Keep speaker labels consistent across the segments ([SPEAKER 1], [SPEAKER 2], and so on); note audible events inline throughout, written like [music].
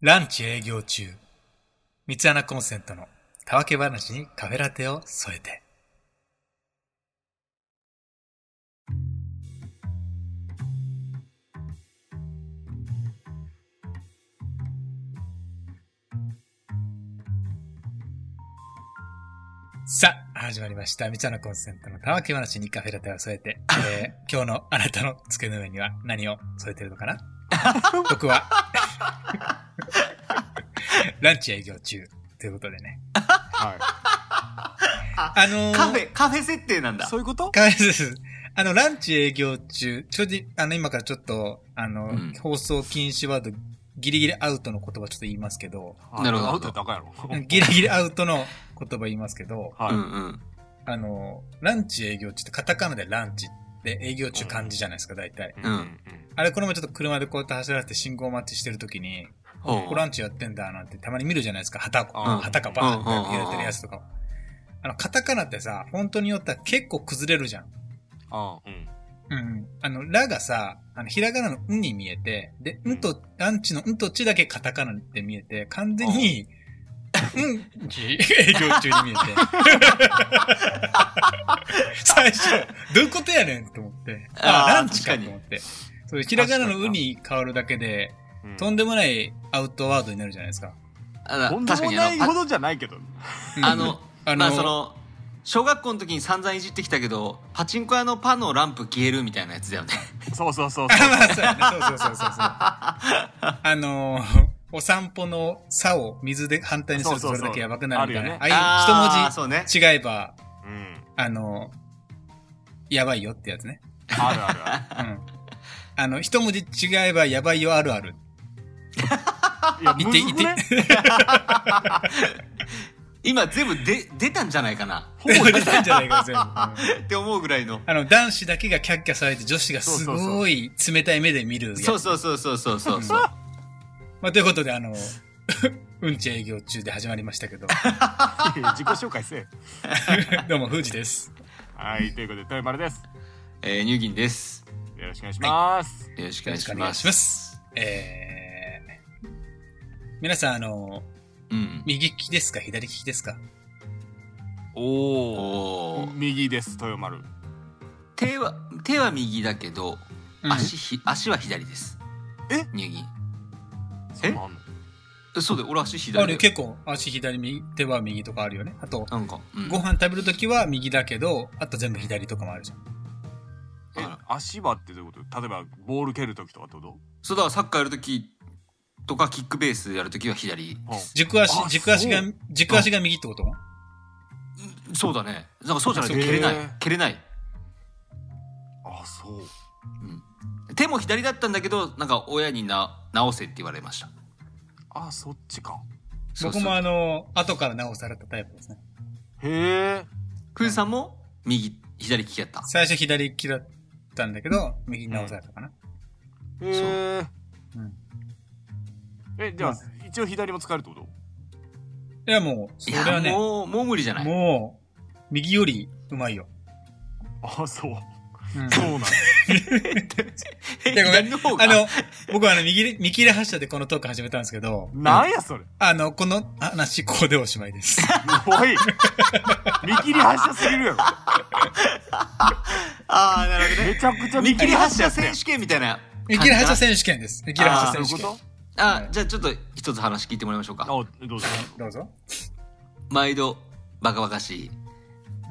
[SPEAKER 1] ランチ営業中。三つ穴コンセントのたわけ話にカフェラテを添えて。さあ、始まりました。三つ穴コンセントのたわけ話にカフェラテを添えて、えー今日のあなたの机の上には何を添えてるのかな [laughs] 僕は、ランチ営業中ということでね。
[SPEAKER 2] は
[SPEAKER 1] あのー
[SPEAKER 3] カフェ、カフェ設定なん
[SPEAKER 2] い。
[SPEAKER 3] だ。
[SPEAKER 2] そういうこと
[SPEAKER 1] かわいそうです。あの、ランチ営業中、ちょうど、あの、今からちょっと、あの、
[SPEAKER 3] うん
[SPEAKER 1] 放送禁止ワード、ギリギリアウトの言葉ちょっと言いますけど、
[SPEAKER 3] なるほど
[SPEAKER 2] アウトやったらあかんやろ。
[SPEAKER 1] ギリギリアウトの言葉言いますけど、
[SPEAKER 2] は
[SPEAKER 3] う
[SPEAKER 2] い。
[SPEAKER 3] んうん。
[SPEAKER 1] あの、ランチ営業中ってカタカナでランチで営業中漢字じゃないですか、大体。
[SPEAKER 3] うん
[SPEAKER 1] あれ、この前ちょっと車でこうやって走らせて信号待ちしてる時に、
[SPEAKER 3] お
[SPEAKER 1] こうランチやってんだなんてたまに見るじゃないですか、旗を、
[SPEAKER 2] うん
[SPEAKER 1] 旗がバーンって入れてるやつとかを。あの、カタカナってさ、本当によっては結構崩れるじゃん。
[SPEAKER 2] あ
[SPEAKER 3] うん
[SPEAKER 1] うん。あの、らがさ、あの、ひらがなのんに見えて、で、
[SPEAKER 3] うん
[SPEAKER 1] んと、ランチのんとちだけカタカナで見えて、完全に、うんち、営業中に見え
[SPEAKER 3] [laughs]
[SPEAKER 1] て。最初、どういうことやねんと思って。あ
[SPEAKER 3] あー
[SPEAKER 1] ランチか
[SPEAKER 3] 確かに
[SPEAKER 1] と思って。そう、ひらがなのうに変わるだけで、
[SPEAKER 2] うん
[SPEAKER 1] とんでもないアウトワードになるじゃないですか。
[SPEAKER 3] あだ
[SPEAKER 2] とんで
[SPEAKER 3] 確か
[SPEAKER 2] も
[SPEAKER 3] に
[SPEAKER 2] ない
[SPEAKER 3] あ
[SPEAKER 2] ほ
[SPEAKER 3] の、
[SPEAKER 2] どじゃないけど。
[SPEAKER 1] うん
[SPEAKER 3] ああの、
[SPEAKER 1] あの
[SPEAKER 3] まあその、小学校の時に散々いじってきたけど、パチンコ屋のパのランプ消えるみたいなやつだよね。
[SPEAKER 2] そうそうそう
[SPEAKER 1] あ
[SPEAKER 2] そう。
[SPEAKER 1] まあ、そうやね。そうそうそうそうそう。あのーお散歩の「さ」を水で反対にすると
[SPEAKER 2] そ
[SPEAKER 1] そう
[SPEAKER 2] そう
[SPEAKER 1] れ
[SPEAKER 2] そう
[SPEAKER 1] だけやばくなるみたいな。あ
[SPEAKER 2] あ
[SPEAKER 1] あいう
[SPEAKER 3] あーそうね
[SPEAKER 1] 一文字違えば、
[SPEAKER 2] うん。
[SPEAKER 1] あのーやばいよってやつね。
[SPEAKER 2] あるある
[SPEAKER 1] [laughs]
[SPEAKER 2] あ
[SPEAKER 1] うん。あの、一文字違えばやばいよあるある。
[SPEAKER 2] る。い
[SPEAKER 3] [laughs]
[SPEAKER 2] や、
[SPEAKER 1] 言
[SPEAKER 2] む
[SPEAKER 1] って、
[SPEAKER 2] ず
[SPEAKER 1] 言っ
[SPEAKER 2] くね
[SPEAKER 1] て。
[SPEAKER 3] 今全部で出たんじゃないかな。
[SPEAKER 1] ほぼ出たんじゃないか、全部。うん
[SPEAKER 3] って思うぐらいの。
[SPEAKER 1] [laughs] あの、男子だけがキャッキャされて女子がすごい冷たい目で見るやつ。
[SPEAKER 3] そうそうそうそうそうそうそう。
[SPEAKER 1] まあ、ということで、あのー [laughs] うんち営業中で始まりましたけど。 [laughs]
[SPEAKER 2] [laughs] 自己紹介せえ。
[SPEAKER 1] どうも、藤です。
[SPEAKER 2] はい、ということで、豊丸です。
[SPEAKER 3] えー、ニューギンです。
[SPEAKER 2] よろしくお願いします。
[SPEAKER 3] よろしくお
[SPEAKER 1] よろ
[SPEAKER 3] 願
[SPEAKER 1] し
[SPEAKER 3] いし
[SPEAKER 1] くお願
[SPEAKER 3] ま
[SPEAKER 1] いし
[SPEAKER 3] す。
[SPEAKER 1] ます。えー、皆さん、あの、
[SPEAKER 3] うん。
[SPEAKER 1] 右利きですか左利きですか
[SPEAKER 2] おお。
[SPEAKER 3] おー
[SPEAKER 2] 右です、豊丸。
[SPEAKER 3] 手は、手は右だけど、足ひ、足は左です。
[SPEAKER 2] え
[SPEAKER 3] ニューギン
[SPEAKER 2] そんなんあんの
[SPEAKER 3] え。そうだよ、俺足
[SPEAKER 1] うんあ
[SPEAKER 3] 左だ
[SPEAKER 1] れ
[SPEAKER 3] よ。
[SPEAKER 1] 結構足左、右手は右とかあるよね。あと、
[SPEAKER 3] なんか、うん
[SPEAKER 1] ご飯食べるときは右だけど、あと全部左とかもあるじゃん。
[SPEAKER 2] え
[SPEAKER 3] あら
[SPEAKER 2] 足場ってどういうこと例えば、ボール蹴るときとかってこと
[SPEAKER 3] そうだからサッカーやるときとかキックベースやるときは左です、
[SPEAKER 1] 軸足
[SPEAKER 2] あ、
[SPEAKER 1] 軸足が
[SPEAKER 2] そう、
[SPEAKER 1] 軸足が右ってこと
[SPEAKER 3] そうだねなんかそうじゃない
[SPEAKER 1] そう
[SPEAKER 3] 蹴れない
[SPEAKER 2] へー
[SPEAKER 3] 蹴れない、
[SPEAKER 2] あ、そう。
[SPEAKER 3] うん、手も左だったんだけどなんか親にな直せって言われました
[SPEAKER 2] あ、そっちか。
[SPEAKER 3] そうそ
[SPEAKER 1] 僕
[SPEAKER 3] う
[SPEAKER 1] もあの、後から直されたタイプですね。
[SPEAKER 2] へえ。
[SPEAKER 3] クーさんも右左利きやった
[SPEAKER 1] 最初左利きだったんだけど、右に直されたかな。
[SPEAKER 2] へえ。
[SPEAKER 1] うん
[SPEAKER 2] え、じゃあ
[SPEAKER 1] ま、
[SPEAKER 2] 一応左も使えるってこと
[SPEAKER 1] いや、もう、そ
[SPEAKER 3] い
[SPEAKER 1] れは
[SPEAKER 3] や
[SPEAKER 1] ね、も
[SPEAKER 3] もうもう無理じゃな
[SPEAKER 1] う、
[SPEAKER 3] い
[SPEAKER 1] 右よりうまいよ。
[SPEAKER 2] あ、そう。
[SPEAKER 1] うん
[SPEAKER 2] そうなんだ。
[SPEAKER 3] え
[SPEAKER 1] いやごめん
[SPEAKER 3] [laughs] 左の方が
[SPEAKER 1] あの、僕はあの、見切れ、見切れ発車でこのトーク始めたんですけど、
[SPEAKER 2] なんやそれ。
[SPEAKER 1] あの、この話、ここでおしまいです。
[SPEAKER 2] おい見切り発車すぎるやろ。
[SPEAKER 3] ああなるほどね
[SPEAKER 2] めちゃくちゃ
[SPEAKER 3] 見切り発車
[SPEAKER 2] せ
[SPEAKER 3] 選手権みたいな
[SPEAKER 1] 見切れ発車
[SPEAKER 3] 感じ
[SPEAKER 1] 選手権です。見切れ発
[SPEAKER 3] 手
[SPEAKER 1] 車
[SPEAKER 2] どう
[SPEAKER 1] 選手
[SPEAKER 2] いうこ
[SPEAKER 1] 権。
[SPEAKER 3] かなあじゃあちょっと一つ話聞いてもらいましょうか
[SPEAKER 2] とあ、どうぞ。
[SPEAKER 1] どうぞ。
[SPEAKER 3] 毎度バカバカしい
[SPEAKER 1] う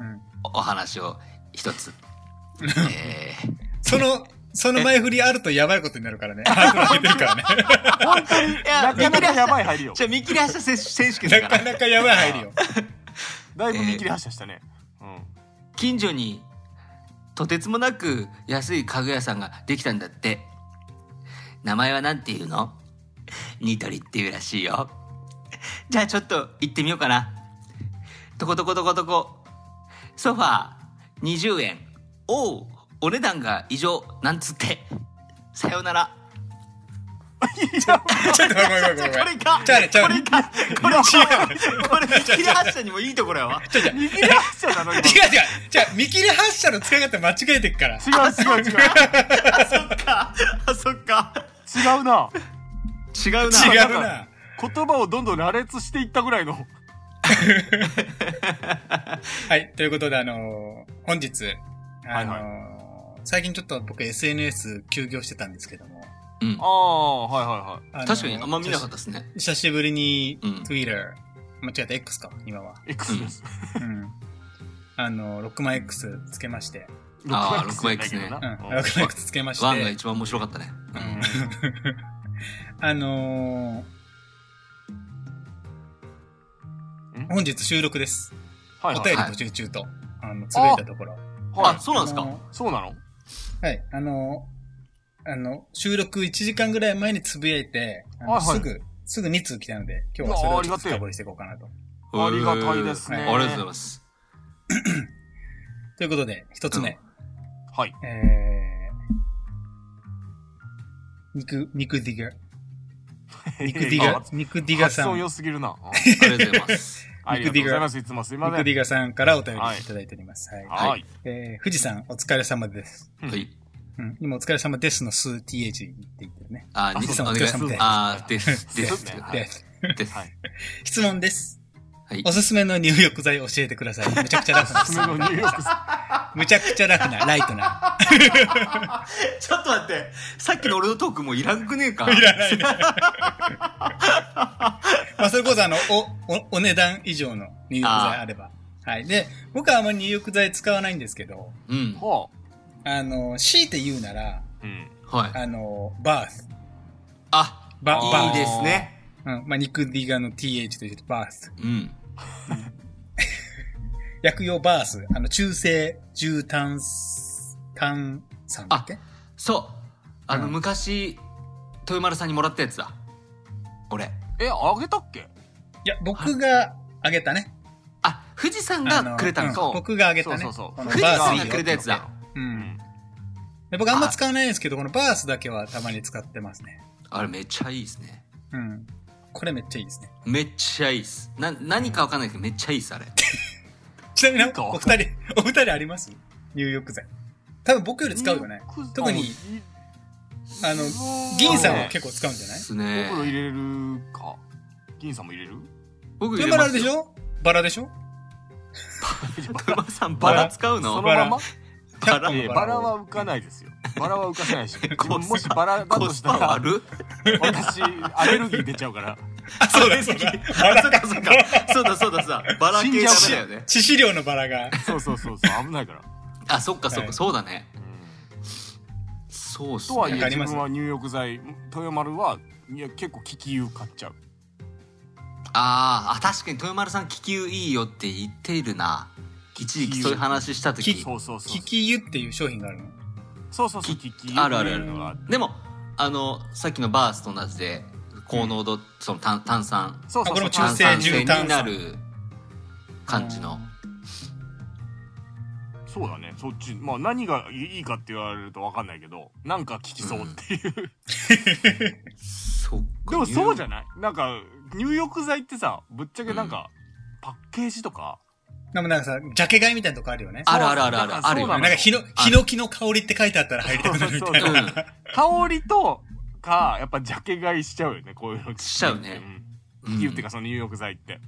[SPEAKER 1] ん。
[SPEAKER 3] お話を
[SPEAKER 1] [laughs]
[SPEAKER 3] 一つえー
[SPEAKER 1] その、その前振りあるとやばいことになるからね。ハードル上げてるからね。
[SPEAKER 3] いや
[SPEAKER 2] なかなかやばい入りよ
[SPEAKER 3] じ。ゃあ見切り発車選手選手権だ
[SPEAKER 1] な
[SPEAKER 3] か
[SPEAKER 1] からなかやばい入るよ。
[SPEAKER 2] だいぶ見切り発車したね。
[SPEAKER 3] 近所にとてつもなく安い家具屋さんができたんだって名前はなんていうのニトリっていうらしいよじゃあちょっと行ってみようかなとことことことこソファー20円おうお値段が異常なんつってさようなら
[SPEAKER 1] ちょっとごめんごめん
[SPEAKER 3] じ
[SPEAKER 1] ごめ
[SPEAKER 3] ゃあ
[SPEAKER 1] ん。
[SPEAKER 3] これか
[SPEAKER 1] ちゃうね、ちゃう
[SPEAKER 3] これ
[SPEAKER 1] ね。
[SPEAKER 3] かこれ違うこれ見切り発車にもいいところやわ
[SPEAKER 2] うん。見切り発車なの今
[SPEAKER 1] 違う違う。じゃあ、見切れ発車の使い方間違えてるから。
[SPEAKER 2] 違う違う違う。
[SPEAKER 3] あそっか
[SPEAKER 2] 違うな。
[SPEAKER 3] 違うな
[SPEAKER 1] 違う
[SPEAKER 2] なん
[SPEAKER 1] な。
[SPEAKER 2] 言葉をどんどん羅列していったぐらいの。
[SPEAKER 1] はい。ということで、あのー本日、あのー
[SPEAKER 2] はい
[SPEAKER 1] 最近ちょっと僕 SNS 休業してたんですけども。
[SPEAKER 3] うん
[SPEAKER 2] あ。あ、はいはいはい。
[SPEAKER 1] あのー
[SPEAKER 3] 確かにあんま見なかったですね。
[SPEAKER 1] 久しぶりに
[SPEAKER 3] うん
[SPEAKER 1] Twitter、間違えた X か、今は。
[SPEAKER 2] X です。
[SPEAKER 1] うん。 [laughs] あの、6万 X つけまして。
[SPEAKER 3] あー
[SPEAKER 2] 6万 X
[SPEAKER 1] う
[SPEAKER 2] だ
[SPEAKER 1] ん。
[SPEAKER 2] けどな
[SPEAKER 1] 6万 X つけまして。
[SPEAKER 3] ワンが一番面白かったね。
[SPEAKER 1] うん [laughs] あのー
[SPEAKER 2] ん
[SPEAKER 1] 本日収録です。
[SPEAKER 2] は
[SPEAKER 1] お
[SPEAKER 2] いは
[SPEAKER 1] 便
[SPEAKER 2] い。
[SPEAKER 1] り募集中と、あの、つぶやいたところ。
[SPEAKER 3] あ、
[SPEAKER 2] は
[SPEAKER 3] そうなんです
[SPEAKER 1] あ
[SPEAKER 3] か
[SPEAKER 1] の
[SPEAKER 2] い。そうなの
[SPEAKER 1] はい。あのーあの、収録1時間ぐらい前につぶやいて、あの
[SPEAKER 2] はいはい
[SPEAKER 1] すぐ、すぐ2通来たので、今日はそれをちょっと深掘りしていこうかなと。
[SPEAKER 2] ありがたいですね。
[SPEAKER 3] へーありがとうございます。
[SPEAKER 1] ということで、一つ目。
[SPEAKER 2] はい。
[SPEAKER 1] えー、肉、肉ディ
[SPEAKER 2] [laughs]
[SPEAKER 1] ガ、肉ディガ、肉ディガさん。
[SPEAKER 2] 発想
[SPEAKER 1] 肉
[SPEAKER 2] 良すぎるな。うん
[SPEAKER 3] ありがとうございます。
[SPEAKER 2] ありがとうございます。いつもすいませ
[SPEAKER 1] デ
[SPEAKER 2] ん。
[SPEAKER 1] ィガさんからお便りいただいております。はい。
[SPEAKER 2] はい。
[SPEAKER 1] えー、富士山お疲れ様です。
[SPEAKER 2] うん
[SPEAKER 3] はい。
[SPEAKER 1] うん、今お疲れ様ですの数 TH って言ってるね。
[SPEAKER 3] あ、
[SPEAKER 2] あ
[SPEAKER 3] ニ
[SPEAKER 1] そう
[SPEAKER 3] コさんお
[SPEAKER 1] そう
[SPEAKER 3] 願いし
[SPEAKER 1] お疲れ様
[SPEAKER 3] ま
[SPEAKER 1] です
[SPEAKER 3] す。あー、です、です。
[SPEAKER 2] ですね
[SPEAKER 3] は
[SPEAKER 1] で
[SPEAKER 3] い。です。
[SPEAKER 2] は
[SPEAKER 3] はい
[SPEAKER 1] 質問です。
[SPEAKER 3] い
[SPEAKER 1] お。すすめの入浴剤教えてください。むちゃくちゃラフな
[SPEAKER 2] すすめの入浴剤。
[SPEAKER 1] むちゃくちゃラフな、ライトな。 [laughs]
[SPEAKER 3] ちょっと待って、さっきの俺のトークもういらんくねえか。
[SPEAKER 1] いらないね。まあ、それこそあの、お、お、お値段以上の入浴剤あれば。はい。で、僕はあんまり入浴剤使わないんですけど、
[SPEAKER 3] うん。
[SPEAKER 2] は
[SPEAKER 1] あの、強いて言うなら、
[SPEAKER 2] あ。うん。
[SPEAKER 3] はい。
[SPEAKER 1] あの、バース。
[SPEAKER 3] あ、
[SPEAKER 1] バ
[SPEAKER 2] あー
[SPEAKER 1] バ
[SPEAKER 3] いいですね。
[SPEAKER 1] ーうん。まあ、肉ディガの TH というとバース。
[SPEAKER 3] うん。
[SPEAKER 1] 薬用バース。あの、中性重炭酸、炭酸だっけ
[SPEAKER 3] そう。あの、
[SPEAKER 1] うん
[SPEAKER 3] 昔、豊丸さんにもらったやつだ。俺。
[SPEAKER 2] え、あげたっけ
[SPEAKER 1] いや、僕があげたね。
[SPEAKER 3] あ、富士山
[SPEAKER 1] あ
[SPEAKER 3] がくれた
[SPEAKER 1] う
[SPEAKER 3] の
[SPEAKER 1] ん
[SPEAKER 3] か。
[SPEAKER 1] 僕があげたね。
[SPEAKER 2] そうそうそう
[SPEAKER 1] この
[SPEAKER 3] 富士
[SPEAKER 1] バース
[SPEAKER 3] 山
[SPEAKER 1] いい
[SPEAKER 3] が
[SPEAKER 1] よ
[SPEAKER 3] くれたやつだ。
[SPEAKER 1] う
[SPEAKER 2] うんん。。
[SPEAKER 1] で僕あんま使わないんですけど、このバースだけはたまに使ってますね。
[SPEAKER 3] あれめっちゃいいですね。
[SPEAKER 1] うん。これめっちゃいいですね。
[SPEAKER 3] めっちゃいいっす。な、何かわかんないけど、めっちゃいいっす、あれ。
[SPEAKER 1] ちなみになん
[SPEAKER 2] いいか
[SPEAKER 1] かお二人、お二人あります入浴剤。多分僕より使うよね。特にあの、銀さんは結構使うんじゃない
[SPEAKER 3] ですね。
[SPEAKER 2] 袋入れる [laughs] か。銀さんも入れる
[SPEAKER 3] 僕
[SPEAKER 1] 豊
[SPEAKER 3] 入れ
[SPEAKER 1] 丸あ
[SPEAKER 3] ま
[SPEAKER 1] れ
[SPEAKER 3] す
[SPEAKER 1] でし
[SPEAKER 3] よ。
[SPEAKER 1] ょバラでしょ
[SPEAKER 3] 豊丸さん、バラ使う
[SPEAKER 2] その
[SPEAKER 3] の
[SPEAKER 1] バ
[SPEAKER 2] ま
[SPEAKER 1] ラ
[SPEAKER 2] ま。
[SPEAKER 3] バラ
[SPEAKER 1] 100個
[SPEAKER 2] いや
[SPEAKER 1] の
[SPEAKER 2] バラは浮かないですよ。バラは浮かせないし。自分もしバラだ
[SPEAKER 3] コ
[SPEAKER 2] と
[SPEAKER 3] ス
[SPEAKER 2] した
[SPEAKER 3] パ
[SPEAKER 2] ら、
[SPEAKER 3] 悪
[SPEAKER 2] 私、アレルギー出ちゃうから。
[SPEAKER 1] あ、そうだ、そうだ。バ
[SPEAKER 3] あ、そう
[SPEAKER 1] ラ
[SPEAKER 3] だそうだ。そうだそうださ。バラ系ダメだよね。
[SPEAKER 1] 致死量のバラが。
[SPEAKER 2] そうそうそうそう、危ないから。
[SPEAKER 3] あ、そっかそっ
[SPEAKER 1] は
[SPEAKER 3] か、
[SPEAKER 1] い
[SPEAKER 3] そうだね。
[SPEAKER 2] うん
[SPEAKER 3] そうっす
[SPEAKER 2] とはいえ、
[SPEAKER 1] わかり
[SPEAKER 2] 自
[SPEAKER 1] ます
[SPEAKER 2] 分は入浴剤、豊丸は、いや、結構利き湯買っちゃう。
[SPEAKER 3] あーあ、確かに豊丸さん気球いいよって言っているな。一時期そういう話した時。
[SPEAKER 2] そうそうそう
[SPEAKER 1] キ。キ湯っていう商品があるの。
[SPEAKER 2] そうそうそう、利き湯。
[SPEAKER 3] あるあるある
[SPEAKER 2] のがって
[SPEAKER 3] でも、あの、さっきのバースと同じで、高濃度、その炭炭酸、
[SPEAKER 2] そう
[SPEAKER 1] あこ
[SPEAKER 2] そうそう。
[SPEAKER 1] れも中
[SPEAKER 3] 炭
[SPEAKER 1] 性
[SPEAKER 3] 酸
[SPEAKER 1] 重
[SPEAKER 3] 性に
[SPEAKER 1] 炭酸
[SPEAKER 3] なる感じの。
[SPEAKER 2] そうだね、そっち。まあ、何がいいかって言われるとわかんないけど、なんか効きそうっていう。
[SPEAKER 3] そっか。
[SPEAKER 2] [laughs] でもそうじゃ
[SPEAKER 3] ん。
[SPEAKER 2] ないなんか、入浴剤ってさ、ぶっちゃけなんか、パッケージとか、
[SPEAKER 1] でもなんかさ、ジャケ買いみたいなとこあるよね。
[SPEAKER 3] あるあるある
[SPEAKER 2] そう
[SPEAKER 3] ある。
[SPEAKER 2] そう
[SPEAKER 3] あるよ
[SPEAKER 1] な
[SPEAKER 2] そ
[SPEAKER 1] ん
[SPEAKER 2] う
[SPEAKER 1] か
[SPEAKER 2] の
[SPEAKER 3] ね。
[SPEAKER 1] ヒノ、ヒノキの香りって書いてあったら入りたくなるみたい
[SPEAKER 2] そう
[SPEAKER 1] な。
[SPEAKER 2] そう香りとか、やっぱジャケ買いしちゃうよね、こういうのって。
[SPEAKER 3] しちゃうね
[SPEAKER 2] うん。
[SPEAKER 3] うん
[SPEAKER 2] 言うっていうか、その入浴剤って。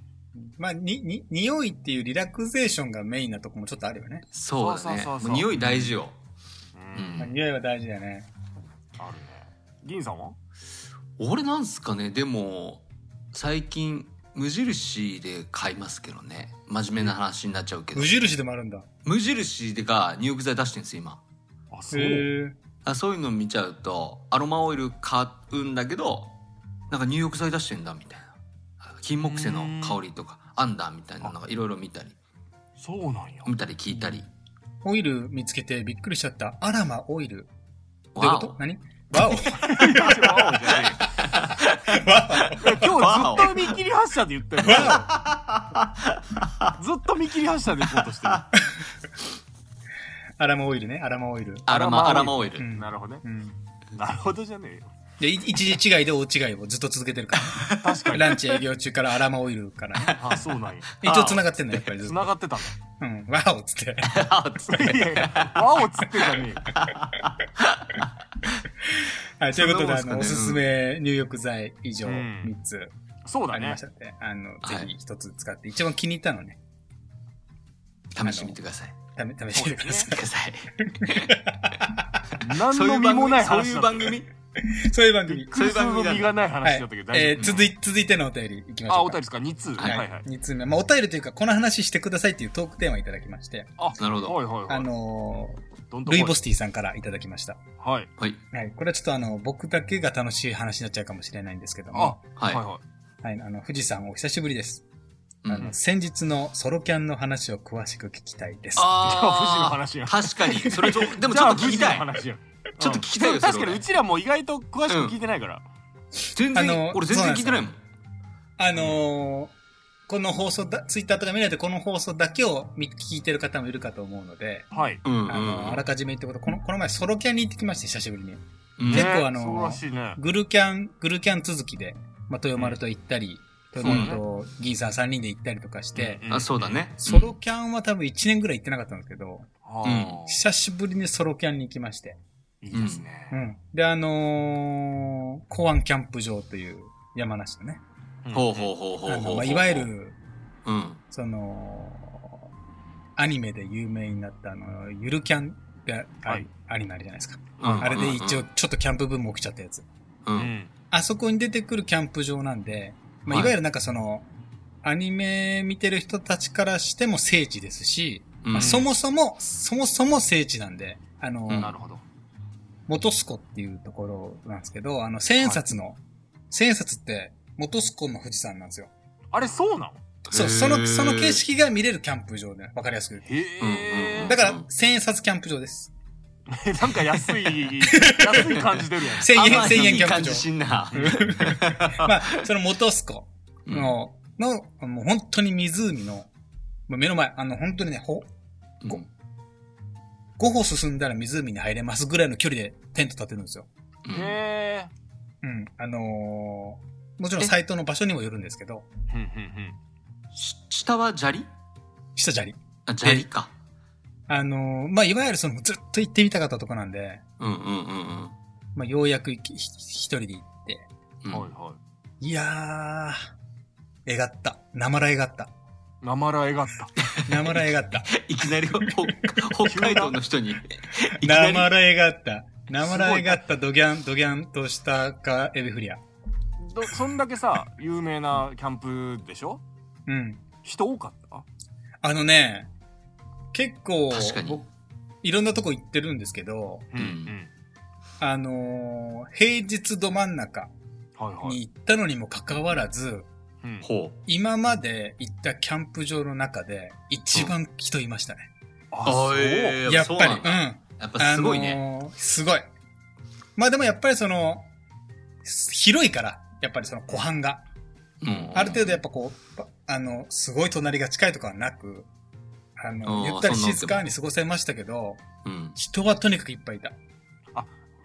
[SPEAKER 1] まあ、に、に、匂いっていうリラクゼーションがメインなとこもちょっとあるよね。
[SPEAKER 3] そうだ
[SPEAKER 2] そうそう
[SPEAKER 3] ね。
[SPEAKER 2] そ
[SPEAKER 3] も
[SPEAKER 2] うそう
[SPEAKER 3] う匂い大事よ。
[SPEAKER 2] う。
[SPEAKER 3] うん
[SPEAKER 1] まあ、
[SPEAKER 3] ん。
[SPEAKER 1] 匂いは大事だよね。
[SPEAKER 2] あるね。銀さんは
[SPEAKER 3] 俺なんすかね、でも、最近、無印で買いますけどね。真面目な話になっちゃうけど
[SPEAKER 1] 無。印でもあるんだ。
[SPEAKER 3] 無印でが入浴剤出してんですよ、今。
[SPEAKER 2] あ、そ
[SPEAKER 1] へ
[SPEAKER 2] う。
[SPEAKER 1] え。
[SPEAKER 3] あそういうの見ちゃうとアロマオイル買うんだけどなんか入浴剤出してんだみたいな金木犀の香りとかあんだみたいななんかいろいろ見たり
[SPEAKER 2] そうなんや。
[SPEAKER 3] 見たり聞いたり
[SPEAKER 1] オイル見つけてびっくりしちゃった。アラマオイル。どういう
[SPEAKER 3] わ
[SPEAKER 1] こと
[SPEAKER 3] お
[SPEAKER 1] 何ワオ
[SPEAKER 2] いやいやわおじゃね
[SPEAKER 1] ワ
[SPEAKER 2] えよ今日ずっと見切り発車で言ったよ
[SPEAKER 1] オ。ワ
[SPEAKER 2] ずっと見切り発車で行こうとしてる。
[SPEAKER 1] オアラマオイルね、アラマオイル。
[SPEAKER 3] アロマ
[SPEAKER 2] ア
[SPEAKER 3] ア
[SPEAKER 2] ロマ
[SPEAKER 3] ロマ
[SPEAKER 2] オ
[SPEAKER 3] オ
[SPEAKER 2] イ
[SPEAKER 3] イ
[SPEAKER 1] う
[SPEAKER 3] ル
[SPEAKER 1] ん。
[SPEAKER 2] なるほどね。
[SPEAKER 1] うん
[SPEAKER 2] なるほどじゃねえよ。
[SPEAKER 1] で、い一時違いで大違いをずっと続けてるから。
[SPEAKER 2] 確かに。
[SPEAKER 1] ランチ営業中からアラマオイルからね。
[SPEAKER 2] あ、そうなんや。
[SPEAKER 1] 一応繋がってんの、やっぱりずっと。
[SPEAKER 2] 繋がってたん
[SPEAKER 1] うん。ワオっつって。
[SPEAKER 2] だ。いやいや、わおつってんじゃねえよ。
[SPEAKER 1] はい、ということで、あ
[SPEAKER 3] そ
[SPEAKER 1] の、お
[SPEAKER 3] んなもんすかね
[SPEAKER 1] すすめ入浴剤以上
[SPEAKER 2] うん
[SPEAKER 1] 3つ。
[SPEAKER 2] そう
[SPEAKER 1] あ
[SPEAKER 2] だ
[SPEAKER 1] り
[SPEAKER 2] ね
[SPEAKER 1] ましたので、あの、
[SPEAKER 3] はい
[SPEAKER 1] ぜひ一つ使って、一番気に入ったのね、
[SPEAKER 3] [laughs] 試してみてください。
[SPEAKER 1] 試試してみてくださ
[SPEAKER 3] ください。
[SPEAKER 2] 何
[SPEAKER 3] そうい
[SPEAKER 2] の
[SPEAKER 3] う
[SPEAKER 2] 身
[SPEAKER 3] 番
[SPEAKER 2] もな
[SPEAKER 3] 組
[SPEAKER 2] い
[SPEAKER 3] そ
[SPEAKER 2] 話だ
[SPEAKER 3] ういう
[SPEAKER 2] った
[SPEAKER 3] 番組
[SPEAKER 1] い。 [laughs] そういう番
[SPEAKER 2] びっ
[SPEAKER 1] 組。
[SPEAKER 2] くりするほど身がない [laughs] 話だったけど
[SPEAKER 1] はい
[SPEAKER 2] 大丈
[SPEAKER 1] え
[SPEAKER 2] 夫
[SPEAKER 1] ー続い続いてのお便りいきましょうか。
[SPEAKER 2] あお便りですか2通は
[SPEAKER 1] はいい、
[SPEAKER 2] はい
[SPEAKER 1] 2通目。まあ、お便りというか、この話してくださいっていうトークテーマいただきまして、
[SPEAKER 2] あ
[SPEAKER 3] なるほど
[SPEAKER 2] はいはいはい
[SPEAKER 1] あの
[SPEAKER 2] どん
[SPEAKER 1] ー、
[SPEAKER 2] どん
[SPEAKER 1] ルイボスティさんからいただきました。
[SPEAKER 2] はい
[SPEAKER 3] はい。
[SPEAKER 1] はい。これはちょっとあの、僕だけが楽しい話になっちゃうかもしれないんですけど
[SPEAKER 2] あ
[SPEAKER 1] も、
[SPEAKER 2] はい
[SPEAKER 3] は
[SPEAKER 2] は
[SPEAKER 1] はい。あの、富士山お久しぶりです。
[SPEAKER 3] い。う
[SPEAKER 1] あ
[SPEAKER 3] ん
[SPEAKER 1] の、先日のソロキャンの話を詳しく聞きたいです。
[SPEAKER 2] いじゃあ富士の
[SPEAKER 3] あ
[SPEAKER 2] 話や
[SPEAKER 3] あ、 [laughs] 確かに。それちょ、でもちょっと聞きた
[SPEAKER 2] じゃあ富士の
[SPEAKER 3] い。
[SPEAKER 2] 話や
[SPEAKER 3] ちょっと聞きたいよ
[SPEAKER 2] うん
[SPEAKER 3] それ
[SPEAKER 2] 確かにうちらも意外と詳しく聞いてないから
[SPEAKER 3] 全
[SPEAKER 1] あの
[SPEAKER 3] 然、俺全然聞いてないもん。
[SPEAKER 1] あのーこの放送だ、ツイッターとか見ないとこの放送だけを見聞いてる方もいるかと思うので、
[SPEAKER 2] はい
[SPEAKER 3] うんうん
[SPEAKER 1] あのーあらかじめ言ってこと、この、この前ソロキャンに行ってきまして、久しぶりに。
[SPEAKER 3] うん。
[SPEAKER 1] 結
[SPEAKER 3] ね
[SPEAKER 1] 構あのー
[SPEAKER 2] そうらしいね
[SPEAKER 1] グルキャン、グルキャン続きで、まあ、豊丸と行ったり、豊丸と銀さん3人で行ったりとかして、
[SPEAKER 2] うん
[SPEAKER 3] あ、そうだね。
[SPEAKER 1] ソロキャンは多分1年ぐらい行ってなかったんですけど、
[SPEAKER 2] あ
[SPEAKER 3] うん
[SPEAKER 2] ー
[SPEAKER 1] 久しぶりにソロキャンに行きまして。
[SPEAKER 2] いいです
[SPEAKER 1] う
[SPEAKER 2] ね
[SPEAKER 1] ん。で、あのー、公安キャンプ場という山梨のね、
[SPEAKER 2] うん
[SPEAKER 3] ほうほうほうほう
[SPEAKER 1] あ
[SPEAKER 3] ほ
[SPEAKER 1] の
[SPEAKER 3] うほ
[SPEAKER 1] まあ、
[SPEAKER 3] う。
[SPEAKER 1] いわゆ。る、
[SPEAKER 3] うん。
[SPEAKER 1] その、アニメで有名になったあの、ゆるキャンってあ、
[SPEAKER 2] はい
[SPEAKER 1] アニメあるじゃないですか。
[SPEAKER 3] うん
[SPEAKER 1] あれで一応、ちょっとキャンプブーム起きちゃったやつ。
[SPEAKER 3] う。
[SPEAKER 2] うんん
[SPEAKER 1] あそこに出てくるキャンプ場なんで、まあ、
[SPEAKER 3] は
[SPEAKER 1] い
[SPEAKER 3] い
[SPEAKER 1] わゆるなんかその、アニメ見てる人たちからしても聖地ですし、
[SPEAKER 3] うん
[SPEAKER 1] まあ
[SPEAKER 2] ん
[SPEAKER 1] そもそも、そもそも聖地なんで、あの、
[SPEAKER 3] うん
[SPEAKER 2] なるほど
[SPEAKER 1] 元栖湖っていうところなんですけど、あの、千円札の、千円札って元栖湖の富士山なんですよ。
[SPEAKER 2] あれそうなの
[SPEAKER 1] そう、
[SPEAKER 3] へー
[SPEAKER 1] その、その景色が見れるキャンプ場で、わかりやすく言うと。
[SPEAKER 2] へ
[SPEAKER 3] うんうん
[SPEAKER 2] え
[SPEAKER 1] だか
[SPEAKER 3] う
[SPEAKER 1] ら、千円札キャンプ場です。
[SPEAKER 2] なんか安い安い感じ出
[SPEAKER 3] [laughs]
[SPEAKER 2] るやん
[SPEAKER 1] 千
[SPEAKER 3] あん
[SPEAKER 1] 円、
[SPEAKER 3] ま
[SPEAKER 1] 千
[SPEAKER 3] い
[SPEAKER 1] 円
[SPEAKER 3] い
[SPEAKER 1] キャン
[SPEAKER 3] 感
[SPEAKER 1] プ
[SPEAKER 3] じ
[SPEAKER 1] 場。
[SPEAKER 3] し
[SPEAKER 1] [laughs]
[SPEAKER 3] んな。
[SPEAKER 1] まあ、その元栖湖
[SPEAKER 3] うん
[SPEAKER 1] の、の、もう本当に湖の、もう目の前、あの、本当にね、ほ、
[SPEAKER 3] うん
[SPEAKER 1] こ5歩進んだら湖に入れますぐらいの距離でテント立てるんですよ。
[SPEAKER 3] うん
[SPEAKER 2] へえ
[SPEAKER 1] うん。あのーもちろんサイトの場所にもよるんですけど、
[SPEAKER 2] ふんふんふん
[SPEAKER 3] し下は砂利
[SPEAKER 1] 下砂利。
[SPEAKER 3] あ、砂利か。
[SPEAKER 1] あのーまあ、いわゆるそのずっと行ってみたかったとこなんで、
[SPEAKER 3] うんうんうんうん
[SPEAKER 1] まあ、ようやく行きひ一人で行って。
[SPEAKER 3] うん。
[SPEAKER 2] はいはい
[SPEAKER 1] やー、えがった。なまらえがった。
[SPEAKER 2] いなまらえがった
[SPEAKER 1] なまらえがった。
[SPEAKER 3] [laughs] いきなりほ北北海道の人に。 [laughs] いきな
[SPEAKER 1] な
[SPEAKER 3] り
[SPEAKER 1] まらえがった。なまらえがったドギャン、ドギャンとしたかエビフリア。
[SPEAKER 2] どそんだけさ有名なキャンプでしょ
[SPEAKER 1] うん。
[SPEAKER 2] 人多かった
[SPEAKER 1] あのね、結構、
[SPEAKER 3] 確かに
[SPEAKER 1] 僕いろんなとこ行ってるんですけど、
[SPEAKER 3] ん
[SPEAKER 1] あのー平日ど真ん中
[SPEAKER 2] はいはい
[SPEAKER 1] に行ったのにもかかわらず、
[SPEAKER 2] うん
[SPEAKER 3] ほう。
[SPEAKER 1] 今まで行ったキャンプ場の中で一番人いましたね。
[SPEAKER 2] あそう
[SPEAKER 3] えー
[SPEAKER 1] やっぱり、。
[SPEAKER 3] そううんなんだやっぱすごいね。
[SPEAKER 1] あのーすごい。まあでもやっぱりその、す広いから、やっぱりその湖畔が。
[SPEAKER 3] うん
[SPEAKER 1] ある程度やっぱこう、ばあの、すごい隣が近いとかはなく、あ
[SPEAKER 3] あ
[SPEAKER 1] の、
[SPEAKER 3] ー
[SPEAKER 1] ゆったり
[SPEAKER 3] そんなんでも
[SPEAKER 1] 静かに過ごせましたけど、
[SPEAKER 3] うん。
[SPEAKER 1] 人はとにかくいっぱいいた。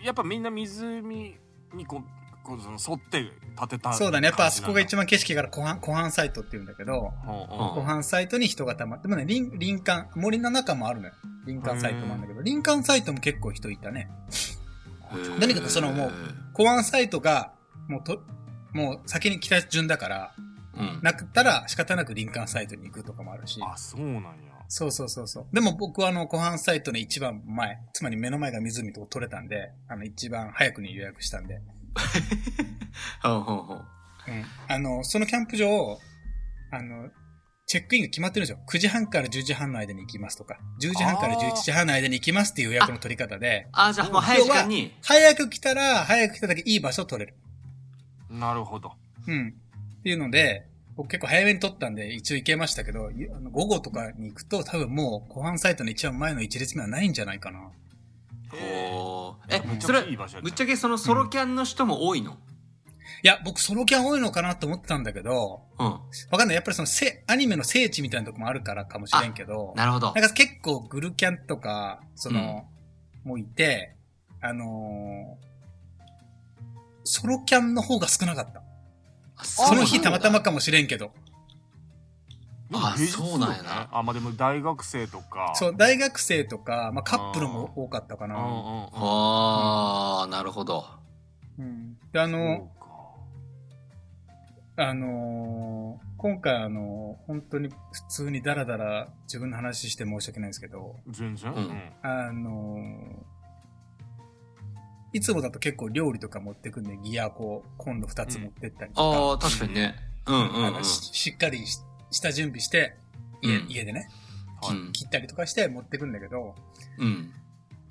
[SPEAKER 2] やっぱみんな湖にこうこうその沿って建てた
[SPEAKER 1] そうだね。やっぱあそこが
[SPEAKER 2] 番
[SPEAKER 1] 一番景色から湖畔、湖畔サイトって言うんだけど、
[SPEAKER 3] うん
[SPEAKER 1] 湖畔サイトに人がたまって、でもね、林林間、森の中もあるのよ。林間サイトもあるんだけど、林間サイトも結構人いたね。とにかくそのもう湖畔サイトが、もうと、もう先に来た順だから、
[SPEAKER 3] うん、
[SPEAKER 1] なくったら仕方なく林間サイトに行くとかもあるし。
[SPEAKER 2] あそうなんや
[SPEAKER 1] そうそうそうそう。でも僕はあの、湖畔サイトの一番前、つまり目の前が湖と取れたんで、あの、一番早くに予約したんで。
[SPEAKER 3] ほうほうほう。
[SPEAKER 1] うん。あの、そのキャンプ場、あの、チェックインが決まってるんですよ。9時半から10時半の間に行きますとか、10時半から
[SPEAKER 2] あー
[SPEAKER 1] 11時半の間に行きますっていう予約の取り方で、
[SPEAKER 3] あ、じゃあもう早い時間に。
[SPEAKER 1] 早く来たら、早く来ただけいい場所取れる。
[SPEAKER 2] なるほど
[SPEAKER 1] うん。っていうので、僕結構早めに取ったんで、一応行けましたけど、いあの午後とかに行くと、多分もう、湖畔サイトの一番前の一列目はないんじゃないかな。
[SPEAKER 3] ほう。え
[SPEAKER 1] う、ん
[SPEAKER 3] それ
[SPEAKER 2] めっちゃいい場所やったね
[SPEAKER 3] ぶっちゃけそのソロキャンの人も多いの。
[SPEAKER 1] いや、僕ソロキャン多いのかなと思ってたんだけど、
[SPEAKER 3] うん。
[SPEAKER 1] わかんない。やっぱりそのせ、アニメの聖地みたいなとこもあるからかもしれんけど、
[SPEAKER 3] なるほど
[SPEAKER 1] な。んか結構グルキャンとか、その、もういて、あのーソロキャンの方が少なかった。
[SPEAKER 3] あ
[SPEAKER 1] その日
[SPEAKER 3] そうな
[SPEAKER 1] たま
[SPEAKER 3] んだ
[SPEAKER 1] たまかもしれんけど。
[SPEAKER 2] でも
[SPEAKER 3] あ
[SPEAKER 2] 平日だよね
[SPEAKER 3] そうなんやな
[SPEAKER 2] あまあでも大学生とか
[SPEAKER 1] そう、大学生とか、まあカップルも多かったか
[SPEAKER 2] うん
[SPEAKER 1] な。
[SPEAKER 2] うんうん
[SPEAKER 3] ああ、なるほど。
[SPEAKER 1] うん。で、あの、
[SPEAKER 2] そうか
[SPEAKER 1] あのー今回あのー本当に普通にダラダラ自分の話して申し訳ないんですけど、
[SPEAKER 2] 全然、
[SPEAKER 3] う
[SPEAKER 2] うんん
[SPEAKER 1] あのーいつもだと結構料理とか持ってくんで、ギアこう、コンロ2つ持ってったりとか、
[SPEAKER 3] ああ、確かにね。うんうん、う
[SPEAKER 1] なんん。かししっかりし下準備して、家,、
[SPEAKER 3] うん
[SPEAKER 1] 家でね、
[SPEAKER 2] はい
[SPEAKER 1] 切ったりとかして持ってくんだけど、も
[SPEAKER 3] うん。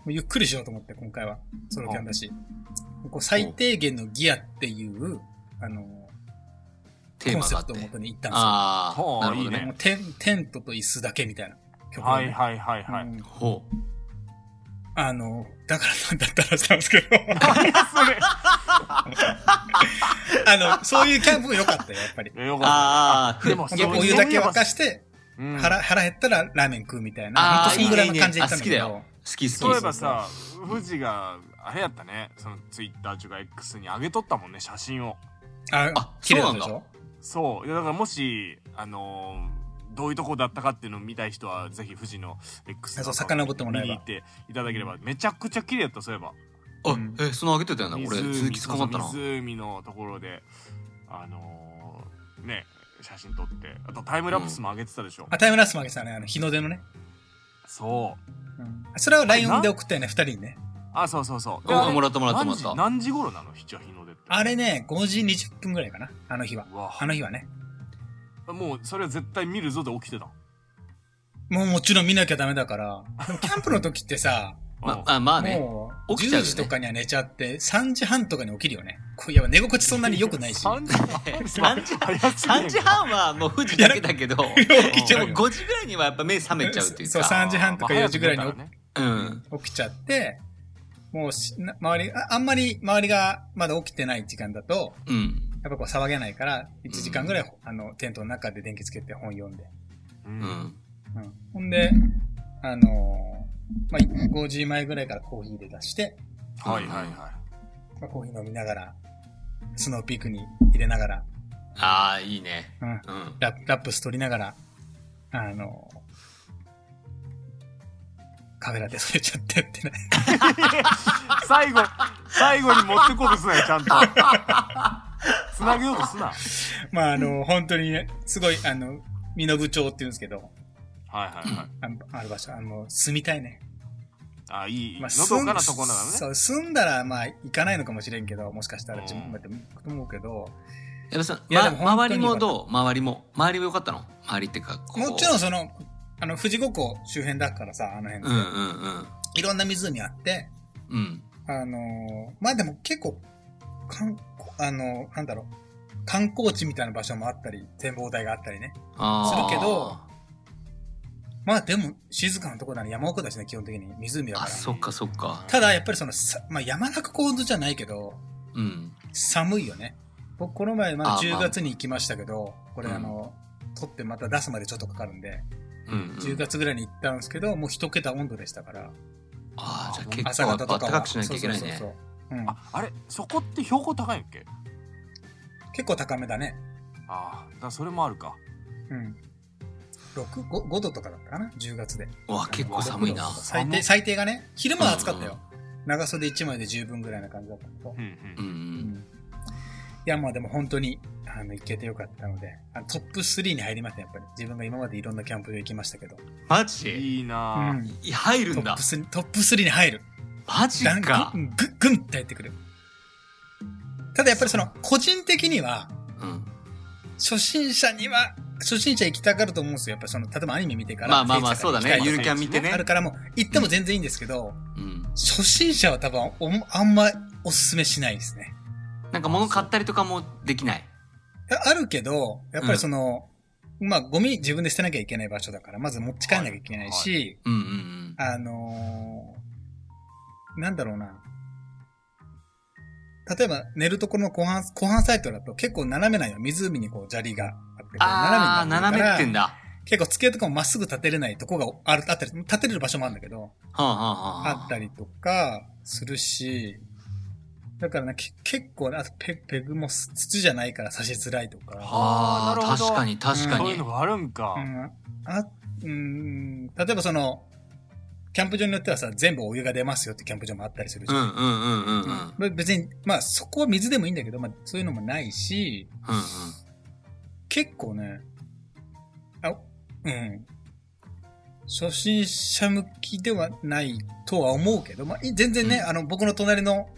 [SPEAKER 1] うゆっくりしようと思って、今回は。ソロキャンだし。こう最低限のギアっていう、あの
[SPEAKER 3] テ
[SPEAKER 1] ー、
[SPEAKER 3] ー
[SPEAKER 1] コ
[SPEAKER 3] マ
[SPEAKER 1] ンセ
[SPEAKER 3] があ
[SPEAKER 1] プトを
[SPEAKER 3] って。
[SPEAKER 1] 元に行ったんですよ。
[SPEAKER 3] あ
[SPEAKER 2] は
[SPEAKER 3] あ、
[SPEAKER 2] あ
[SPEAKER 3] なるほど
[SPEAKER 2] いい
[SPEAKER 3] ね。
[SPEAKER 1] もうテンテントと椅子だけみたいな曲を
[SPEAKER 2] は
[SPEAKER 1] ね、
[SPEAKER 2] いはいはいはい、
[SPEAKER 1] うん
[SPEAKER 3] ほう。
[SPEAKER 1] あの、だからなんだったらしたんですけど。
[SPEAKER 2] [laughs]
[SPEAKER 1] あの、そういうキャンプも良かったよ、やっぱり。
[SPEAKER 2] [laughs] えよかっ
[SPEAKER 3] ああ、
[SPEAKER 2] でも
[SPEAKER 1] ほん
[SPEAKER 2] そ
[SPEAKER 1] と
[SPEAKER 2] う
[SPEAKER 1] お湯だけ沸かして、
[SPEAKER 2] た、うん、
[SPEAKER 1] 腹、腹減ったらラーメン食うみたいな。
[SPEAKER 3] あ
[SPEAKER 1] ほん
[SPEAKER 3] ー
[SPEAKER 1] とそんぐらいの感じで行ったんだけ
[SPEAKER 3] いいねいいねあ
[SPEAKER 1] ど。
[SPEAKER 3] 好き好
[SPEAKER 2] そういえ
[SPEAKER 3] き。
[SPEAKER 2] ばさ富士があれやったねそのツイッターとか X に上げとったもんね写真を
[SPEAKER 1] あ
[SPEAKER 3] あ
[SPEAKER 1] 綺麗だったでし
[SPEAKER 3] そう
[SPEAKER 1] ょ
[SPEAKER 2] そういやだからもしあのーどういうとこだったかっていうのを見たい人はぜひ富士の X
[SPEAKER 1] あそう
[SPEAKER 2] のアカウン
[SPEAKER 1] 遡
[SPEAKER 2] ト
[SPEAKER 1] ってもらえば
[SPEAKER 2] 見に行っていただければめちゃくちゃ綺麗だったそういえば
[SPEAKER 3] あ
[SPEAKER 1] うん、
[SPEAKER 3] え、そのあげてたよな。俺、続きつかまったな。
[SPEAKER 2] そうそう湖のところであのーね写真撮ってあとタイムラプスも上げてたでしょ、
[SPEAKER 1] あ、タイムラスもあげてたね、あの、日の出のね。
[SPEAKER 2] そう
[SPEAKER 1] うんそれは LINE で送ったよね、二人にね。
[SPEAKER 2] あそうそうそう
[SPEAKER 3] あ
[SPEAKER 2] あれ
[SPEAKER 3] もらったもらった
[SPEAKER 2] 何
[SPEAKER 3] もらっ
[SPEAKER 2] 時
[SPEAKER 3] た。
[SPEAKER 2] 何時頃なの日は日の出って
[SPEAKER 1] あれね、5時20分ぐらいかな、あの日は。
[SPEAKER 2] うわ
[SPEAKER 1] あの日はね。
[SPEAKER 2] もうそれは絶対見るぞで起きてた
[SPEAKER 1] もうもちろん見なきゃダメだから。でもキャンプの時ってさ、
[SPEAKER 3] まあ、まあね。
[SPEAKER 1] もう、
[SPEAKER 3] 起きちゃ
[SPEAKER 1] 10
[SPEAKER 3] うよね
[SPEAKER 1] 時とかには寝ちゃって、3時半とかに起きるよね。こういや、寝心地そんなに良く
[SPEAKER 3] [laughs]
[SPEAKER 1] ないし。
[SPEAKER 2] 3時
[SPEAKER 1] [laughs]
[SPEAKER 2] 半
[SPEAKER 3] 3時
[SPEAKER 2] 早すぎ
[SPEAKER 3] 3
[SPEAKER 2] る
[SPEAKER 3] 時半はもう富士だけだけど、でも
[SPEAKER 1] 起きちゃうよ。
[SPEAKER 3] 5時ぐらいにはやっぱ目覚めちゃうっていう
[SPEAKER 1] そうそう
[SPEAKER 3] か。
[SPEAKER 1] 3時半とか4時ぐらいに
[SPEAKER 2] まあ早く出たらね
[SPEAKER 3] うん。
[SPEAKER 1] [laughs] 起きちゃって、もうし、な周り、ああんまり周りがまだ起きてない時間だと、
[SPEAKER 3] うん。
[SPEAKER 1] やっぱこう騒げないから、1時間ぐらい、あの、テントの中で電気つけて本読んで。
[SPEAKER 2] う
[SPEAKER 3] うんん。
[SPEAKER 1] うん。ほんで、あのーまあ、5時前ぐらいからコーヒーで出して、
[SPEAKER 2] はいはいはい
[SPEAKER 1] まあ、コーヒー飲みながら、スノーピークに入れながら、
[SPEAKER 3] ああ、いいね。
[SPEAKER 1] うん。
[SPEAKER 3] うん。
[SPEAKER 1] ララップス取りながら、あの、カメラでそれちゃってってね。
[SPEAKER 2] 最後最後に持ってこうとすなよちゃんとつなげようとすなはい
[SPEAKER 1] [laughs] まあ、あの、本当にね、すごい、あの、身延町って言うんですけど、
[SPEAKER 2] はいはい
[SPEAKER 1] あのある場所、あの、住みたいね。
[SPEAKER 2] あいい
[SPEAKER 1] まあ、
[SPEAKER 2] のどかなとこなのね
[SPEAKER 1] そう、住んだら、まあ、行かないのかもしれんけど、もしかしたら自分
[SPEAKER 2] うん
[SPEAKER 1] までも行くと思うけど、
[SPEAKER 3] やっぱさ、
[SPEAKER 1] いや
[SPEAKER 3] ま
[SPEAKER 1] でも本当
[SPEAKER 3] 周
[SPEAKER 1] に
[SPEAKER 3] りもどう周りも。周りも良かったの周りってか、こう
[SPEAKER 1] もちろんその、あの、富士五湖周辺だからさ、あの辺、
[SPEAKER 3] うんうんうん。
[SPEAKER 1] いろんな湖あって、
[SPEAKER 3] うん。
[SPEAKER 1] あのーまあでも結構、観光、あのーなんだろう、観光地みたいな場所もあったり、展望台があったりね。
[SPEAKER 3] ああ。
[SPEAKER 1] するけど、まあでも、静かなところなら山奥だしね、基本的に。湖だか
[SPEAKER 3] あ、
[SPEAKER 1] ら。
[SPEAKER 3] そっかそっか。
[SPEAKER 1] ただ、やっぱりその、さまあ山中コードじゃないけど、
[SPEAKER 3] うん。
[SPEAKER 1] 寒いよね。僕、この前、まあ
[SPEAKER 3] あ
[SPEAKER 1] 10
[SPEAKER 3] まあ
[SPEAKER 1] 月に行きましたけど、これ
[SPEAKER 3] うん
[SPEAKER 1] あの、取ってまた出すまでちょっとかかるんで、
[SPEAKER 3] うん、うん。
[SPEAKER 1] 10月ぐらいに行ったんですけど、もう一桁温度でしたから、
[SPEAKER 3] ああ、じゃあ結
[SPEAKER 1] 朝
[SPEAKER 3] 構
[SPEAKER 1] 方とか
[SPEAKER 3] 暖
[SPEAKER 1] は。
[SPEAKER 3] かくしなきゃいけない
[SPEAKER 1] そう
[SPEAKER 3] ね
[SPEAKER 1] そう。そうそううん
[SPEAKER 2] ああれそこって標高高いんやっけ
[SPEAKER 1] 結構高めだね。
[SPEAKER 2] ああだからそれもあるか
[SPEAKER 1] うん。6、5, 5度とかだったかな ?10 月で。
[SPEAKER 3] うわ、結構寒いな。
[SPEAKER 1] 最
[SPEAKER 2] 寒
[SPEAKER 1] 低、
[SPEAKER 2] い
[SPEAKER 1] 最低がね、昼間は暑かったよ。長袖1枚で十分ぐらいな感じだったけど
[SPEAKER 2] う。ん
[SPEAKER 3] う
[SPEAKER 2] うんん
[SPEAKER 3] うん。
[SPEAKER 1] いや、まあでも本当に、あの、行けてよかったので、あのトップ3に入りました、やっぱり。自分が今までいろんなキャンプ場行きましたけど。
[SPEAKER 3] マジ
[SPEAKER 2] いいなあ
[SPEAKER 1] うん。
[SPEAKER 3] い入る
[SPEAKER 1] ト
[SPEAKER 3] ん
[SPEAKER 1] ッ
[SPEAKER 3] だ
[SPEAKER 1] プ。3、トップ3に入る。
[SPEAKER 3] マジ
[SPEAKER 1] ラン
[SPEAKER 3] か
[SPEAKER 1] ク、。ぐ、ぐんって入ってくる。ただやっぱりその、個人的には、
[SPEAKER 3] うん。
[SPEAKER 1] 初心者には、初心者行きたがると思うんですよ。やっぱりその、例えばアニメ見てから。
[SPEAKER 3] まあまあまあ、
[SPEAKER 1] 聖地
[SPEAKER 3] そう
[SPEAKER 1] とか
[SPEAKER 3] だ
[SPEAKER 1] に行きた
[SPEAKER 3] ね
[SPEAKER 1] い。とか
[SPEAKER 3] ゆるキャン見てね
[SPEAKER 1] ある。からもう、行っても全然いいんですけど、
[SPEAKER 3] うん。
[SPEAKER 1] 初心者は多分おんあんまおすすめしないですね。
[SPEAKER 3] なんか物買ったりとかもできない。
[SPEAKER 1] ああるけど、やっぱりその、まあゴミ自分で捨てなきゃいけない場所だから、まず持ち帰んなきゃいけないし、
[SPEAKER 3] うんうん
[SPEAKER 1] あのーなんだろうな。例えば寝るところの後半、後半サイトだと結構斜めないよ。湖にこう砂利があってこう、
[SPEAKER 3] うん。ああ、
[SPEAKER 1] 斜め
[SPEAKER 3] 斜
[SPEAKER 1] にな
[SPEAKER 3] めっ
[SPEAKER 1] ってて
[SPEAKER 3] ん
[SPEAKER 1] るから、
[SPEAKER 3] だ。は
[SPEAKER 1] 結構机とかもまっすぐ立てれないとこがあるあったり、立てれる場所もあるんだけど、
[SPEAKER 3] あはあは
[SPEAKER 1] あったりとかするし、だからね、け結構ね、あとペペグもす土じゃないから刺しづらいとか、
[SPEAKER 2] あ
[SPEAKER 3] あ
[SPEAKER 2] ーな
[SPEAKER 3] あ、
[SPEAKER 2] るほど
[SPEAKER 3] 確かに確か
[SPEAKER 2] そう
[SPEAKER 3] に。
[SPEAKER 2] いう
[SPEAKER 3] う
[SPEAKER 2] の
[SPEAKER 3] ん
[SPEAKER 2] があるんか
[SPEAKER 1] うん、あうん例えばその、キャンプ場によってはさ、全部お湯が出ますよってキャンプ場もあったりするじ
[SPEAKER 3] う
[SPEAKER 1] ゃん。
[SPEAKER 3] んうんうんうん。うんうん。
[SPEAKER 1] まあ別に、まあそこは水でもいいんだけど、まあそういうのもないし、結構ね、あ、うん。初心者向きではないとは思うけど、まあ、い全然ね、
[SPEAKER 3] うん
[SPEAKER 1] あの、僕の隣の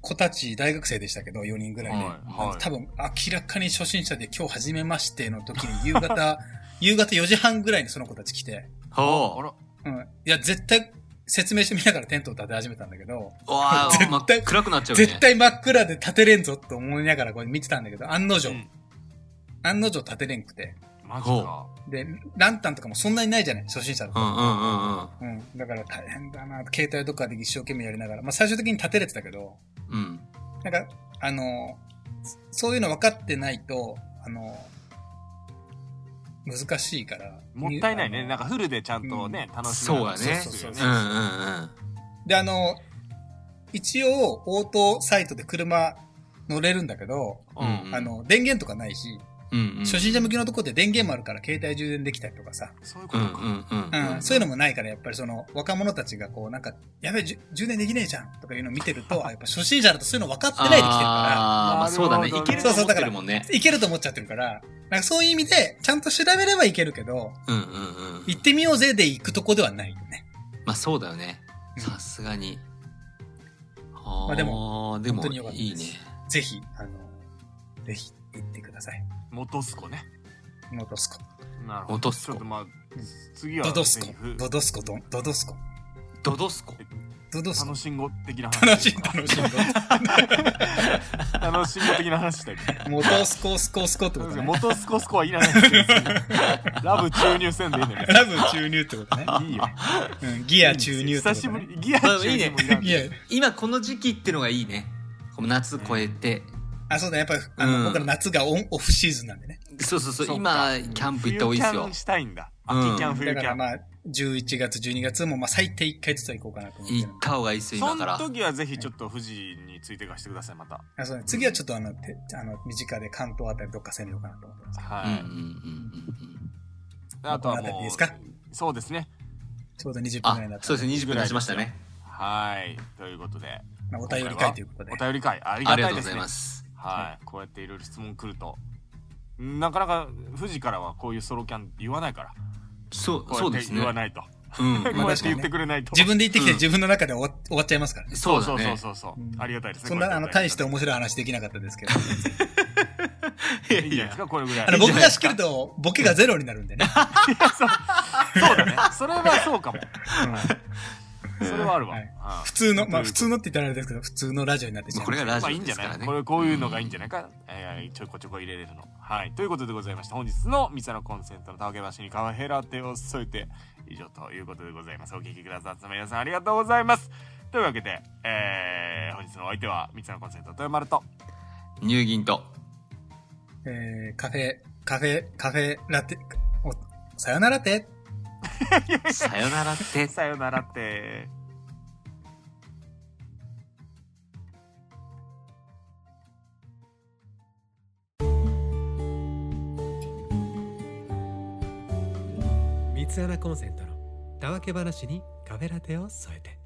[SPEAKER 1] 子たち、大学生でしたけど、4人ぐらいで、
[SPEAKER 2] はいはい
[SPEAKER 1] あの多分、明らかに初心者で今日初めましての時に、夕方、 [laughs] 夕方4時半ぐらいにその子たち来て、
[SPEAKER 2] あ
[SPEAKER 3] ほ
[SPEAKER 2] ら、
[SPEAKER 1] うん。いや、絶対、説明してみながらテントを立て始めたんだけど、
[SPEAKER 3] う。わあ、
[SPEAKER 1] 絶
[SPEAKER 3] ま
[SPEAKER 1] 対
[SPEAKER 3] 暗くなっちゃうね。
[SPEAKER 1] 絶対真っ暗で立てれんぞって思いながらこれ見てたんだけど、案の定、
[SPEAKER 2] うん
[SPEAKER 1] 案の定立てれんくて。
[SPEAKER 2] マジか
[SPEAKER 3] ほ。
[SPEAKER 1] で、ランタンとかもそんなにないじゃない初心者だ
[SPEAKER 3] う
[SPEAKER 1] と。
[SPEAKER 3] んうんうんうん。
[SPEAKER 1] うん。だから大変だな。携帯とかで一生懸命やりながら。まあ最終的に立てれてたけど、
[SPEAKER 3] うん。
[SPEAKER 1] なんか、あの、そういうの分かってないと、あの、難しいから。
[SPEAKER 2] もったいないね。
[SPEAKER 1] あの
[SPEAKER 2] なんかフルでちゃんとね、楽しみながら
[SPEAKER 3] そうだね
[SPEAKER 2] そうそう
[SPEAKER 3] う
[SPEAKER 2] そ
[SPEAKER 3] ん
[SPEAKER 2] う
[SPEAKER 3] うん
[SPEAKER 2] ね
[SPEAKER 3] うん。
[SPEAKER 1] で、あの、一応、応答サイトで車乗れるんだけど、
[SPEAKER 3] うんうん
[SPEAKER 1] あの、電源とかないし、
[SPEAKER 3] うんうん。
[SPEAKER 1] 初心者向きのとこって電源もあるから携帯充電できたりとかさ、
[SPEAKER 2] そういうこ
[SPEAKER 3] う
[SPEAKER 2] と
[SPEAKER 3] んう
[SPEAKER 2] か。
[SPEAKER 3] んうん
[SPEAKER 1] うん
[SPEAKER 3] うん。
[SPEAKER 1] そういうのもないからやっぱりその若者たちがこうなんか、やべえ、じゅ充電できねえじゃんとかいうのを見てると、あやっぱ初心者だとそういうの分かってないで来てるか
[SPEAKER 3] あーまあ、そうだね。い
[SPEAKER 2] なるほどね
[SPEAKER 3] けると思ってるもんね。
[SPEAKER 1] ら、いけると思っちゃってるから、なんかそういう意味でちゃんと調べればいけるけど、
[SPEAKER 3] うんうんうん。
[SPEAKER 1] 行ってみようぜで行くとこではないよね。
[SPEAKER 3] まあそうだよね。
[SPEAKER 1] うん
[SPEAKER 3] さすがに。
[SPEAKER 1] まあで
[SPEAKER 3] も、で
[SPEAKER 1] 本当に良か
[SPEAKER 3] も
[SPEAKER 1] った
[SPEAKER 3] いい
[SPEAKER 1] です
[SPEAKER 3] ね。
[SPEAKER 1] ぜひ、あの、ぜひ行ってください。
[SPEAKER 2] 元スコね。
[SPEAKER 1] ノドスコ。
[SPEAKER 2] なるほど。
[SPEAKER 3] 元スコ
[SPEAKER 2] ちょっとまあ、次は
[SPEAKER 1] ドドス
[SPEAKER 2] ぜ
[SPEAKER 1] コ
[SPEAKER 2] ひふ。
[SPEAKER 1] ドドスコ、ドンドドスコ。
[SPEAKER 3] ドドスコ。
[SPEAKER 1] ドドスコ
[SPEAKER 2] 楽。しんご的な話。
[SPEAKER 1] 楽しい、楽しい。
[SPEAKER 2] 楽しんご的な
[SPEAKER 1] [laughs]
[SPEAKER 2] 話だよね。
[SPEAKER 1] モトスコ、スコ、スコってことね。
[SPEAKER 2] 元スコスコはいらないですよラブ注入せんでいいのよ。
[SPEAKER 1] ラブ注入ってことね。
[SPEAKER 2] いいよ。
[SPEAKER 1] うん、ギア注入ってこと、ね。
[SPEAKER 2] 久しぶ。り。ギア注入もいらん。
[SPEAKER 1] ギア。
[SPEAKER 3] 今この時期ってのがいいね。この夏越えて。
[SPEAKER 1] あ、そうだ、やっぱり、あの、
[SPEAKER 3] うん
[SPEAKER 1] 僕ら夏がオン、オフシーズンなんでね。
[SPEAKER 3] そうそう
[SPEAKER 2] そ
[SPEAKER 3] そうう。
[SPEAKER 2] か
[SPEAKER 3] 今、キャンプ行った方がいいです
[SPEAKER 2] 冬
[SPEAKER 3] よ
[SPEAKER 2] キャン。したいんだ。
[SPEAKER 3] うん
[SPEAKER 2] 秋キャン、冬
[SPEAKER 1] だ
[SPEAKER 2] キ
[SPEAKER 1] から
[SPEAKER 2] ャン。
[SPEAKER 1] まあ、11月、12月も、まあ、最低1回ずつは行こうかなと思ってる
[SPEAKER 3] 行
[SPEAKER 1] ん
[SPEAKER 3] っ
[SPEAKER 1] で。
[SPEAKER 3] た方がいいですよ、
[SPEAKER 2] そ
[SPEAKER 3] 今か
[SPEAKER 2] の
[SPEAKER 3] ら。
[SPEAKER 2] 時はぜひちょっと富士についてかしてください、また。
[SPEAKER 1] あそうね、次はちょっとあの、てあの、身近で関東あたりどっか攻めようかなと思ってます。
[SPEAKER 3] うんうんうん
[SPEAKER 2] は
[SPEAKER 3] うん。
[SPEAKER 2] い。あと
[SPEAKER 1] この
[SPEAKER 2] は
[SPEAKER 1] 辺りでい
[SPEAKER 2] もう。
[SPEAKER 1] いですか
[SPEAKER 2] そうですね。
[SPEAKER 1] ちょうど20分
[SPEAKER 3] あ
[SPEAKER 1] くらいになっ、た
[SPEAKER 3] そ
[SPEAKER 1] ん
[SPEAKER 3] う
[SPEAKER 1] で。
[SPEAKER 3] ですね。20分経ちましたね。
[SPEAKER 2] はい。ということで。
[SPEAKER 1] まあ、お便り会ということで
[SPEAKER 2] お。便り会。あり
[SPEAKER 3] あ
[SPEAKER 2] が
[SPEAKER 3] りが
[SPEAKER 2] たい
[SPEAKER 3] と
[SPEAKER 2] うで
[SPEAKER 3] ござ
[SPEAKER 2] す
[SPEAKER 3] い
[SPEAKER 2] ね
[SPEAKER 3] ま。す。
[SPEAKER 2] はい。こうやっていろいろ質問来ると。なかなか富士からはこういうソロキャン言わないから。
[SPEAKER 3] そう、
[SPEAKER 2] こ
[SPEAKER 3] そうう
[SPEAKER 2] や
[SPEAKER 3] で
[SPEAKER 2] って
[SPEAKER 3] すね
[SPEAKER 2] 言。わないと。
[SPEAKER 3] う
[SPEAKER 2] [laughs]
[SPEAKER 3] ん。
[SPEAKER 2] こうやって言ってくれないと。
[SPEAKER 1] 自分で行ってきて
[SPEAKER 3] うん
[SPEAKER 1] 自分の中で終わ終わっちゃいますからね。
[SPEAKER 3] そう
[SPEAKER 2] そ
[SPEAKER 3] だ
[SPEAKER 2] うそう
[SPEAKER 3] ね。
[SPEAKER 2] そうそう
[SPEAKER 1] うん
[SPEAKER 2] ありがたいですね。
[SPEAKER 1] そんな、あの、大して
[SPEAKER 2] も
[SPEAKER 1] 面白い話できなかったです
[SPEAKER 2] [laughs]
[SPEAKER 1] けど。
[SPEAKER 2] い
[SPEAKER 3] い
[SPEAKER 2] いんじゃないですかこれぐらい。
[SPEAKER 1] あの、僕が仕切ると、ボケがゼロになるんでね。
[SPEAKER 2] そうだね。それはそうかも。
[SPEAKER 3] うん
[SPEAKER 2] それはあるわ。
[SPEAKER 1] は
[SPEAKER 2] う
[SPEAKER 1] い
[SPEAKER 2] ん
[SPEAKER 1] 普通の、まあ、
[SPEAKER 2] という
[SPEAKER 1] 普通のって言ったらあれですけど、普通のラジオになってしま
[SPEAKER 3] まあ
[SPEAKER 1] う
[SPEAKER 3] [laughs] こ。れがラジ
[SPEAKER 2] まあいいん
[SPEAKER 3] オで
[SPEAKER 2] じゃ
[SPEAKER 3] すか
[SPEAKER 2] な
[SPEAKER 3] ら
[SPEAKER 2] い
[SPEAKER 3] ね。
[SPEAKER 2] これこういうのがいいんじゃないか、えーちょこちょこ入れれるの。はい。ということでございまして、本日のミサのコンセントの竹橋に川ヘラ手を添えて、以上ということでございます。お聞きくださった皆さんありがとうございます。というわけで、えー本日のお相手は三つのコンセント豊丸と、
[SPEAKER 3] 乳銀と。
[SPEAKER 1] えー、カフェ、カフェ、カフェラテ、お、さよならって。
[SPEAKER 3] さよならっ
[SPEAKER 2] [laughs]
[SPEAKER 3] て。
[SPEAKER 2] さよならって。
[SPEAKER 4] 三つ穴コンセントのたわけ話にカフェラテを添えて